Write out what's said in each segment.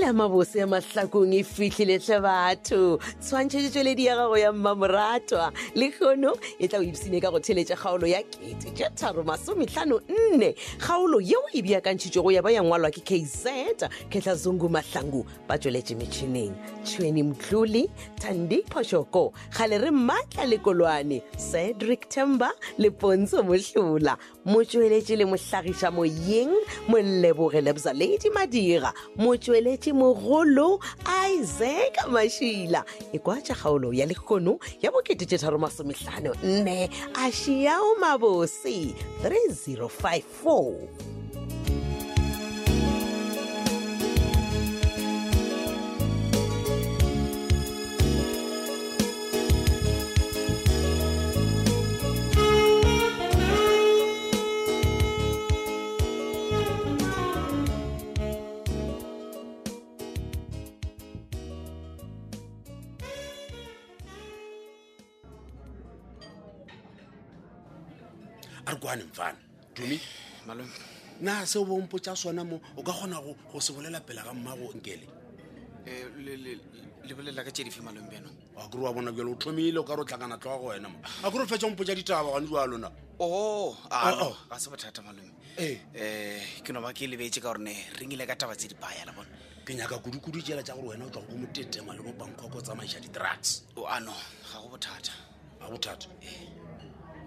le a mabose ya mahlakong e fitlhile tlhe batho tshwantšhetšetsweledi ya gago ya mmamoratwa le kgono e tla o ipsine ka go theletša kgaolo ya kete tše tharo masomehlano nne kgaolo yeo e beakantšhitšwego ya ba ya ngwalwa ke kz ketla zungu mahlangu ba tsweletše metšhineng tšhweni mtlole tandi phošoko gale re maatla lekolwane cedric temba le pontsho mohlola motsweletše le mohlagiša moyeng molleboge lebza ladi madira motsweletše mogolo isaac mašila e kwatša kgaolo ya lekgono ya boketee tharo masomehlano nne a šiao mabose 3054 a re kwane mfana tumi malome na seo ba ompotsa sona mo o ka kgona go go se bolela pela ga mmago nkele eh, le- le- le bolela ka tse dife malome bjanong a kore wa bona jalo o thomile o ka re o tlhakana tloga go wena mo a kore o fetsa ompotsa ditaba gane jwa lona oo ah, Oh, no, oh. ga se bothata malome Ee. um ke no ba ke lebetse ka gorene rengile ka taba tse dipaya la bone ke nyaka kudu-kudu tsela tsa gore wena o tla go mo tetema le mo bankwa ko tsamaiša di-drugs O, ano Oh, ah, ga go bothata a bothata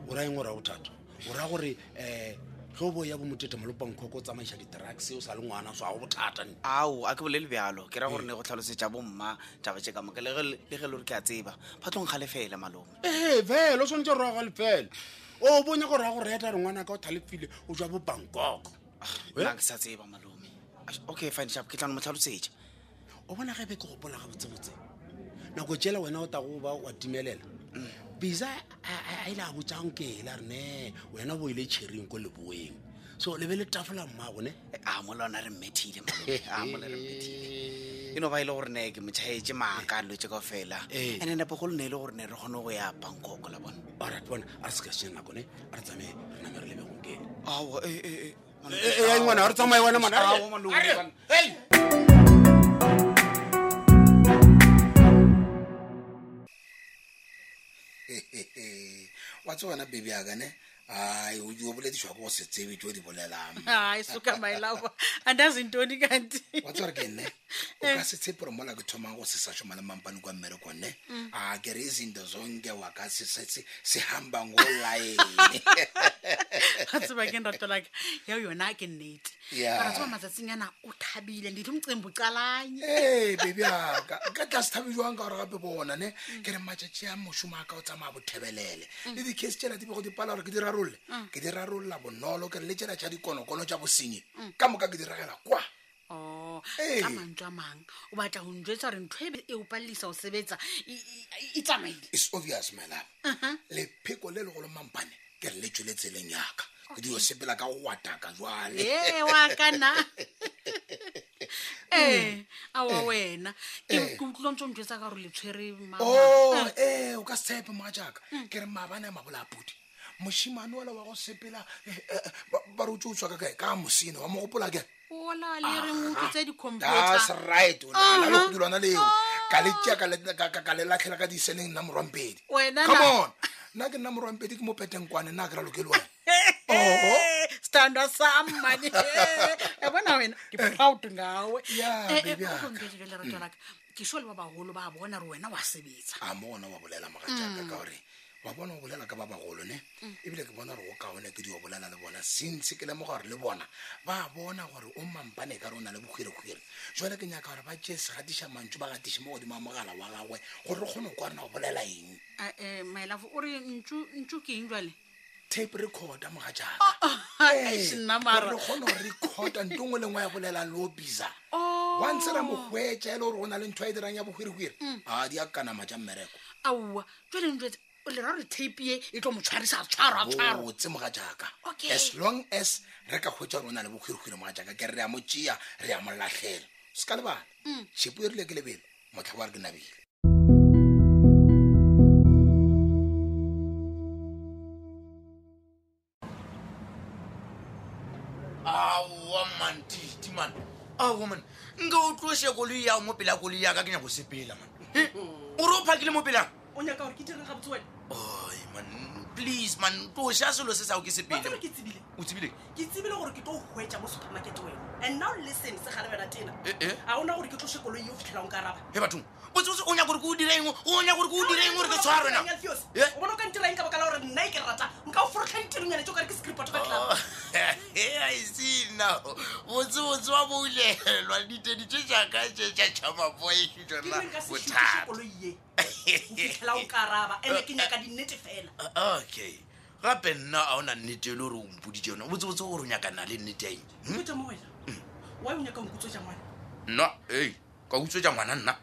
o rayeng gore a bothata o raya gore um tlhobo ya bo motetema le bankwa ko tsamaiša di-drugs o sa le ngwana so a go bothata ne ao a ke bolele bjalo ke ra gore ne go tlhalosetša bomma taba tše ka moka le ge le le ge le gore ke a tseba phatlong ga le fela malome ee fela o tshwanetse roaga lefela o bonya gore a go reta re ngwana ka o thalefile o jwa bo bankoko na Ah, ke sa tseba malome Ash, okay fine shap ke tlano mo tlhalosetša o bona ge be ke gopola ga botsebotse nako tsela wena o tago ba wa timelela bisa a- a ile a botsang kele a re ne wena bo ile tšhiring ko leboeng so lebe le tafola mmago ne Eh, a molona re mmethile malome a mola re mmethile e no ba e le gore ne ke motšhaetse maaka lotse kao fela Ee. ande napego le ne e le gore ne re kgone go ya bankoko la bone orit bona a re se ka šene nako ne a re tsamaye re name re lebe gonkele Aowa, eh, eh, eh, malome. ngwana re tsamaye wena Aowa, malome, bana. wa tsona bebe aka ne hayi uyo boledišwa ke go se tsebe tso di bolelang hayi suka mylover andazi ntoni kanti wa tsore ke nne o ka se tshepe re mola ke thomang go se sa šoma le mampane kwa mmerekong ne a ke re izinto zonke wa ka se- se se- se hambang go laene ga tseba ke nrato laka yao yona ke nnete Yeah. Mara tseba matsatsing ana o thabile nditho mcembu calanye ee bebe aka nka tla se thabe jwang ka gore gape bona ne ke re matšatši a mošomo a ka o tsamaya bothebelele le dicase tšela di bego di pala gore ke di rarolle ke di rarolola bonolo ke re le tšela tša dikonokono tša bosenyi ka moka ke di ragela kwa o Ee. ka mantswe a mang Oh, o batla go njwetsa gore ntho e o palelisa go sebetsa e- e- e tsamaile is obvious my love lepheko le legolo mampane ke re le tswele tseleng yaka ke dio sepela ka go wataka jwale ee wa kana ee Hmm. aowa Eh. wena ke ke utlwile ntse o njwetsa ka gore le tshwere ma- o Oh, ee o ka se tshepe moga jaaka ke re maabane a mabolapodi mošimane ola wa go sepela eh, eh, eh, ba- ba re o tse o tswaka kae ka mosene wa mo gopola kere ola le reng o tlotse that's dicomputa right o nana le godilwana leo ka le tea ka le latlhela ka diseneng nna morwampedi Wena come na- on nna ke nna morwampedi ke mo peteng kwane nna a ke raloke le wena Eh, standard sam mane yabona wena Eh. ke-proud ngawe Yeah, Eh, eh, baby kore yaka. nketse jwale, lerato laka, ke sure le ba bagolo ba bona re wena wa sebetsa a mo gona wa bolela moga jaaka ka gore wa bona o bolela ka ba bagolo ne ebile ke bona gore o kaone ke di o bolela le bona sentse ke lemoga gore le bona ba bona gore o mampane ka re o na le bogwiregwire jale ke nyaka gore ba tee segatiša mantso ba gatiše mo godimo a mogala wa gagwe gore re kgone kwa rena o bolela eng Eh, mylafo o re ntso ke eng jale tape recorda moga jaaka Eh. Ee, nna Eh, gore mara. re kgone go recorda nto ngwe le ngwe ya bolelang le o bisa Oh. wantse ra mo hwetsa e le gore o na le ntho a e dirang ya bogwiregwire a di a kanama ja mmereko aowa jale ntsetse o lera gore tape e tlo mo tshwarisa tshwaro a tshwaro botse moga jaaka Okay. as long as re ka hwetsa gore o na le bokgwirikgwiri moga jaaka ke re ya mo tšea re ya molatlhela se ka lebala shepo e rile ke lebelo motlha wa re ke nabile aowa mantiti man aomane nka o tlose koloi yao mo pela koloi yaka ke nyako sepela man Eh, o re o phakile mo pelang o nyaka gore ke direng gabotse wena oi man please man tlosa selo se sao wa ke tsebe sepele ke tsebile o tsebile ke tsebile gore ke tlo hwetsa mo supermarket wena and now listen se gale wena tena Eh, eh. a ona gore ke tlose koloi yo fitlhelang ka raba he bathong botsebotse o nyaka gore ke o direng o nyaka gore ke o direng gore ke tshware na Eh? o bona o ka ntiraeng ka baka la gore nna e ke rata nka o forotlhang tironyane tse o kare ke scripato ka tlelapa Oh, isena botsebotse wa boulelwa ditedite jaaka tsetša tšhamapoi ke jona reng ka sešutise bothata koloi ye o fitlhela o ka raba ande ke nyaka dinnete fela okay gape nna a o na nnete e le gore o mpoditse yona botsebotse gore o nyakana le nnete eng feta mo wena Hmm. wy o nyaka nkutswetsa ngwana nna ei ka utswetsa ngwana nna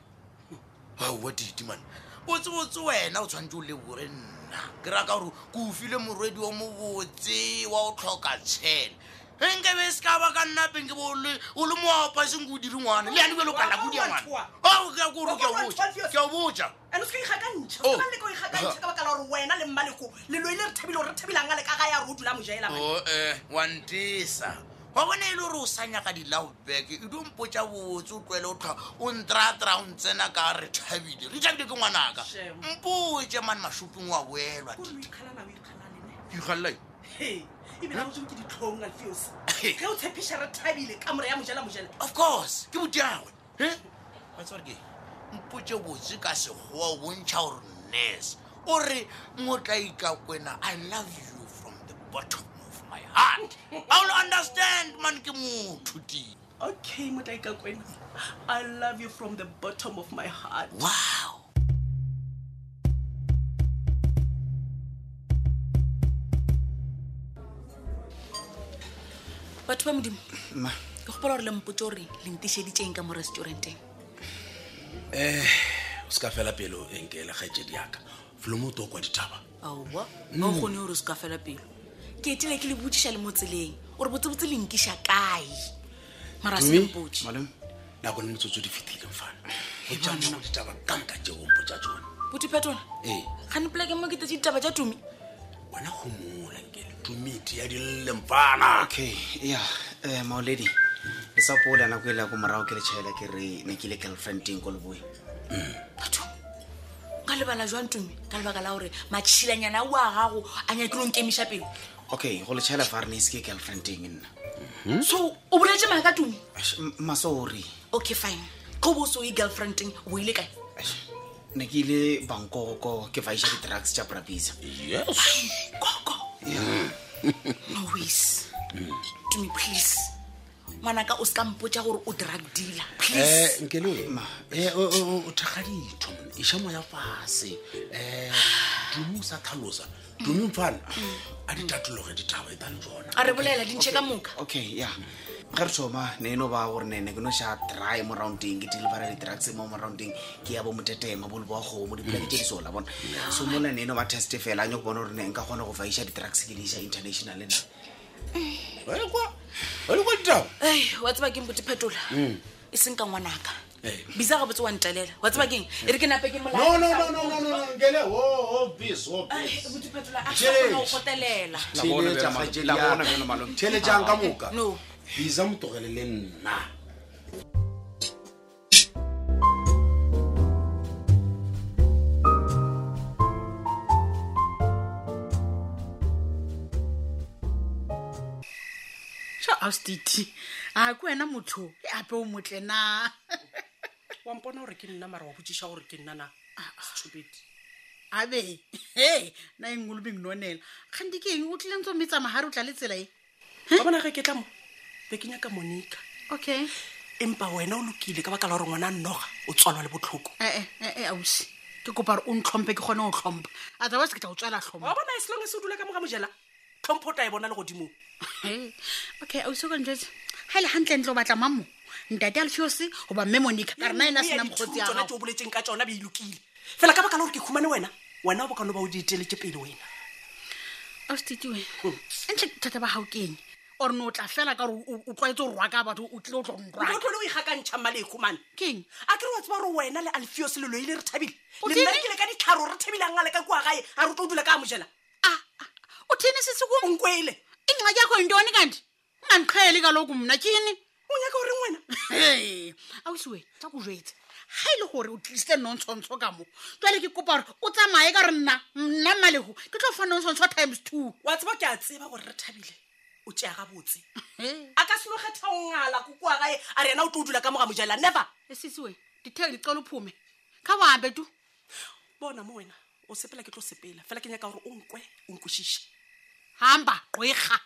aowa diitimane botsebotse wena o tshwanetse o lebore nna ke raka gore ke o file morwedi wa mobotse wa o tlhoka tshele e nkebe se ka ba ka nna peng ke bo o le- o le moapa seng ke o dire ngwana le yane belo kala kodia ngwana Wa- ao ke a kore ke a wa- wa- botsa ke a botsa and o se ka ikgakantšha Oh. o ka leka o ikgakantšha ka baka la gore wena le mmaleko le loe le re thabile gore re thabilang a le ka ga ya re o dula mojaela mane o um wantesa wa bona e le gore o sa nyaka di-lovebag e dompotsa botse o tlwele o tlha o ntratra o ntsena ka re thabile re thabile ke ngwanaka Shame. mpotse mane masoping wa boelwa kore o ikgalana o ikgalane ne igalelae Hei, e ebile Hmm? a rotsong ke ditlhong alfeos ge o tshepiša re thabile ka more ya mojela mojela of course ke botiagwe e watsebare ke mpotse botse ka sekgowa o bontšha gore nes o re motlaika kwena i love you from the bottom of my heart i will understand man ke motho tee okay motlaika kwena i love you from the bottom of my heart wow batho ba modimo ke gopola gore le mpotse gore lentešeditseng ka mo restauranteng Eh, o se ka fela pelo enke le kgaetsedi yaka folomoto o kwa dithaba aowa ga o kgone gore o se ka fela pelo ke etile ke le botsiša le mo tseleng ore botsebotse lenkiša kae mara se Tumi? lempotse malome nako le metsotso di fetileng fane o jaa dithaba kanka jeompo tsa tsone bothiphetona ee gane polake mo ketetse ditaba tja tumi wena go mola nkele tumete ya dilelempana okay ya um maoledi le sa pola nako e le ya ko morago ke le tšhaela ke re ne ke le girlfriendeng ko leboeng batho ka lebala jwang tumi ka lebaka la gore matšhilanyana o a gago a nyakile o nkemiša pelo okay go le tšhaela fa re ne ise ke girlfriendeng nna so o boletse maa ka tumi Eish, m- masori okay fine ka o bo o se o e girlfriendeng o ile kae Eish, ne ke ile bankoko ke vaiša di-drugs tša brabisa koko nois tumi please ngwanaka o se ka mpotsa gore o drug dealer please um nkeleeo thakga ditho mone eša moya E fase um dumo o sa tlhalosa dumo mfana a ditatologe dithaba e tsa le tsona Mm. a re bolela dintšhe ka moka okay ya ga re thoma ne e no ba gore nene ke no ša dry mo roundeng ke delivera di-drugs mo mo roundeng ke ya bo motetema bole boa kgomo dipolake tse di sola bona so mola ne e no ba test fela a nyako bona gore ne nka kgona go vaiša di-drugs ke diša international na e alekwa dithaba ei wa tseba keng bote phetola Mm. e seng ka ngwanaka bisa ga botse wa ntelela wa tseba keng e re ke nape ke no no no no no no no nkele o bis o Eh. gotelela thelejang ka moka Ah, no bisa motogele le nna sure austiti a ke wena motho e ape o motle na wa mpona gore ke nna mara wa botsiša gore ke nnana stupid abe e na e ngwe lobeng nonela gante ke eng o tlileng tso metsamagare o tla le tsela e ba bona ge ke tla mo be ke nyaka monica okay empa wena o lokile ka baka la gore ngwana a nnoga o tswalwa le botlhoko ee e, ausi ke kopa gore o ntlhompe ke kgone go tlhompa otherwise ke tla o wa tswela tlhompa bona e selonge se o dula ka mo ga mojela tlhompho o tla e bona le godimong okay ausi o kanjetse ga e le gantle ntle o batla mamo ntate alfiose goba mme monica ka re na ena a sena mokgotsi ya tsona tse gago o boletseng ka tsona be ilokile fela ka baka la gore ke khumane wena wena o bokano ba o di eteletse pele wena austitiwe ntle thata ba gao ke eng ore ne o tla fela ka gore o tlwaetse go rwaka batho o tlile o tlo o nrwaka tlole o ikgakantšha maleko mane ke eng a kere wa tseba gore wena le alfios le loile re thabile O le tsebe? nna rekile ka ditlharo re thabilang a le ka kua gae a re o tlo o dula ka a mojela a a, o thini sisikum onkwele ingxaki yakho yintoni kanti ungandiqheli kaloku mna tyhini o nyaka goreng wena Hei, ausiwe tsa go jetse ga e le gore o tlisitse nontsontsho ka mo tlwale ke kopa gore o tsamaye ka re nna nna mmalego ke tlo fa nontsontsho times two wa tseba ke a tseba gore re thabile o tea ga botse a ka selogethangala kokoa gae a re ena o tlo o dula ka moga mojala never esisiwe ditheo di tsa lophume kha boambe tu bona mo wena o sepela ke tlo sepela fela ke nyaka gore o nkwe o nkwešiše hamba qoega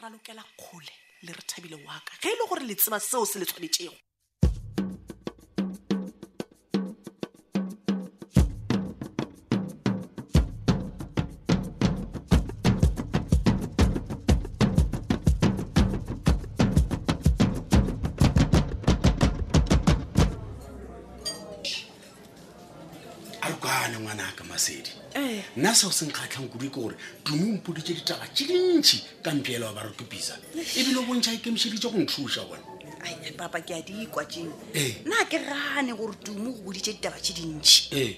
ra lokela kgole le re thabile wa ka ge e le gore le tseba seo se le tshwanetšego a re kwane ngwanaka masedi Eh. nna seo se nkgatlhang kudu ke gore tumi o mpoditse ditaba tse dintšhi ka mpeela wa ba re ke bisa Eh. ebile o bontšha ikemišeditse go nthusa bone ai papa ke a dikwa jeng Ee. nna ke rane gore tumo go boditse ditaba tse dintšhi ee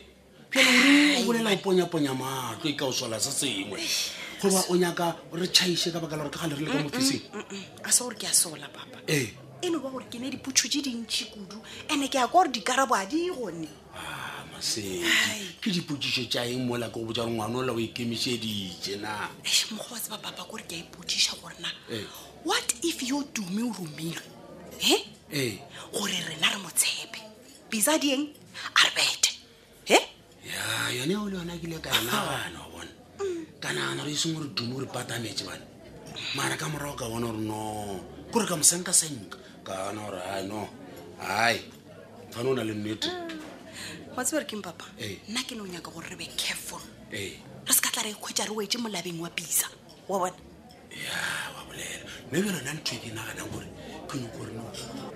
pele ore E, o bolela o ponyaponya maatlo e ka o sola se sengwe goba o nyaka re tšhaiše ka baka la gore ke gale re le ka mofising a se gore ke a sola papa ee e no ba gore ke ne diputso tse dintšhi kudu and-e ke a kwa gore dikarabo a di gone a masedi ke dipotsišo tša eng mola ke go botsa gore ngwana ola o ikemišeditše na Eish, mokgwa wa tseba papa kore ke a ipotiša gorena Ee. what if yo tume o romilwe e ee gore rena re mo tshepe bisa dieng a re bete e ya yone eo le yona ke ile ka e nagana wa bona ka nagana re iseng gore dumo re patametse bane maara ka morago ka bona gore no kore ka mosenka senka ka bona gore a no ai fane o na le nnete wa tseba re keng papa Ee. nna ke ne o nyaka gore re be careful ee re se ka tla re kgwetsa re wetse mo labeng wa bisa wa bona ya wa bolela mme bjale yona ntho e ke naganang gore ke nyoko gore no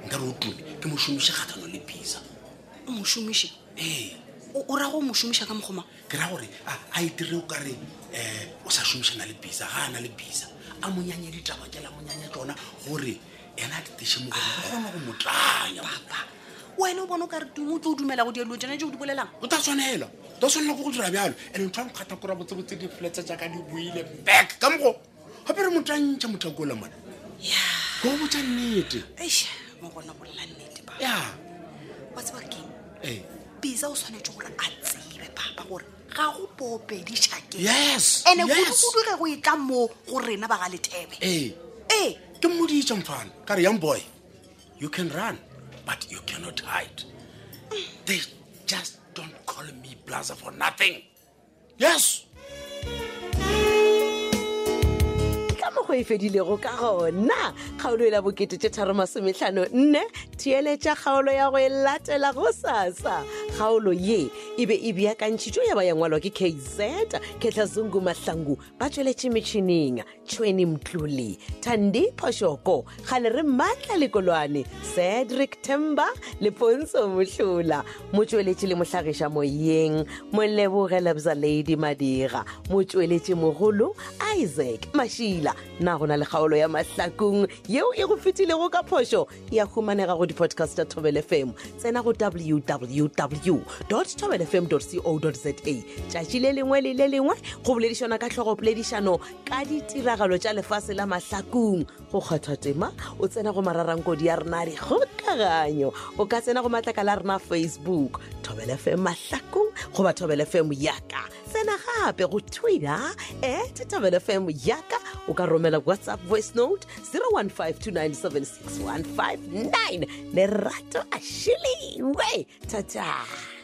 nka re o tume ke mošomiše kgatlhano le pisa o mošomiše ee o o rago o mošomiša ka mokgoma ke ra gore a- a itire o kare um o sa šomišana le bisa ga a na le bisa a monyanye ditaba kela monyanya tsona gore ena a ditese mo gore re kgone go mo tlanya papa wena o bona o ka re tumo o tlo o dumela go dielo tsone tse o di bolelang o tla tshwanela o tla tshwanela go go dira bjalo and ntho a nkgatha kora botsebotse difoletsa jaaka di buile back ka mogo gape re motantšha motho a kola mona ke go botsa nnete eish mo gona bolela nnete papa ya wa tseba re keng ee bisa o tshwanetse gore a tsebe papa gore ga go popedišakeng yes ande yes. kudu ge go e tla moo go rena ba ga lethebe ee ee ke mmoditse mfana ka re young boy you can run but you cannot hide they just don't call me blazer for nothing yes ka mo go e fedilego ka gona kgaolo e la bokete tse tharomasometlhano nne theeletša kgaolo ya go e latela go sasa kgaolo ye e be e beakantšhitšo ya ba yangwalwa ke kz ketlhazungu mahlangu ba tsweletše metšhineng tšhweni mtlole thandi phošoko kgale re maatla lekolwane cedric temba le ponso mohlola motsweletši le mohlagiša moyeng moleboge lebza lady madira motsweletši mogolo isaac mašila na go na le kgaolo ya mahlakong yeo e go fetilego ka phošo ya humanega go di-podcast tša tobel fm tsena go www tobel fm co za tšatši le lengwe le le lengwe go boledišana ka tlhogopoledišano ka ditiragalo tša lefase la mahlakong go kgatha tema o tsena go mararankodi ya rena a dikgokaganyo o ka tsena go matlaka la rena facebook tobel fm mahlakong goba tobel fm yaka tsena gape go twitter at tobel fm yaka o ka romela whatsapp voice note 0152976159 lerato a shilingwe thata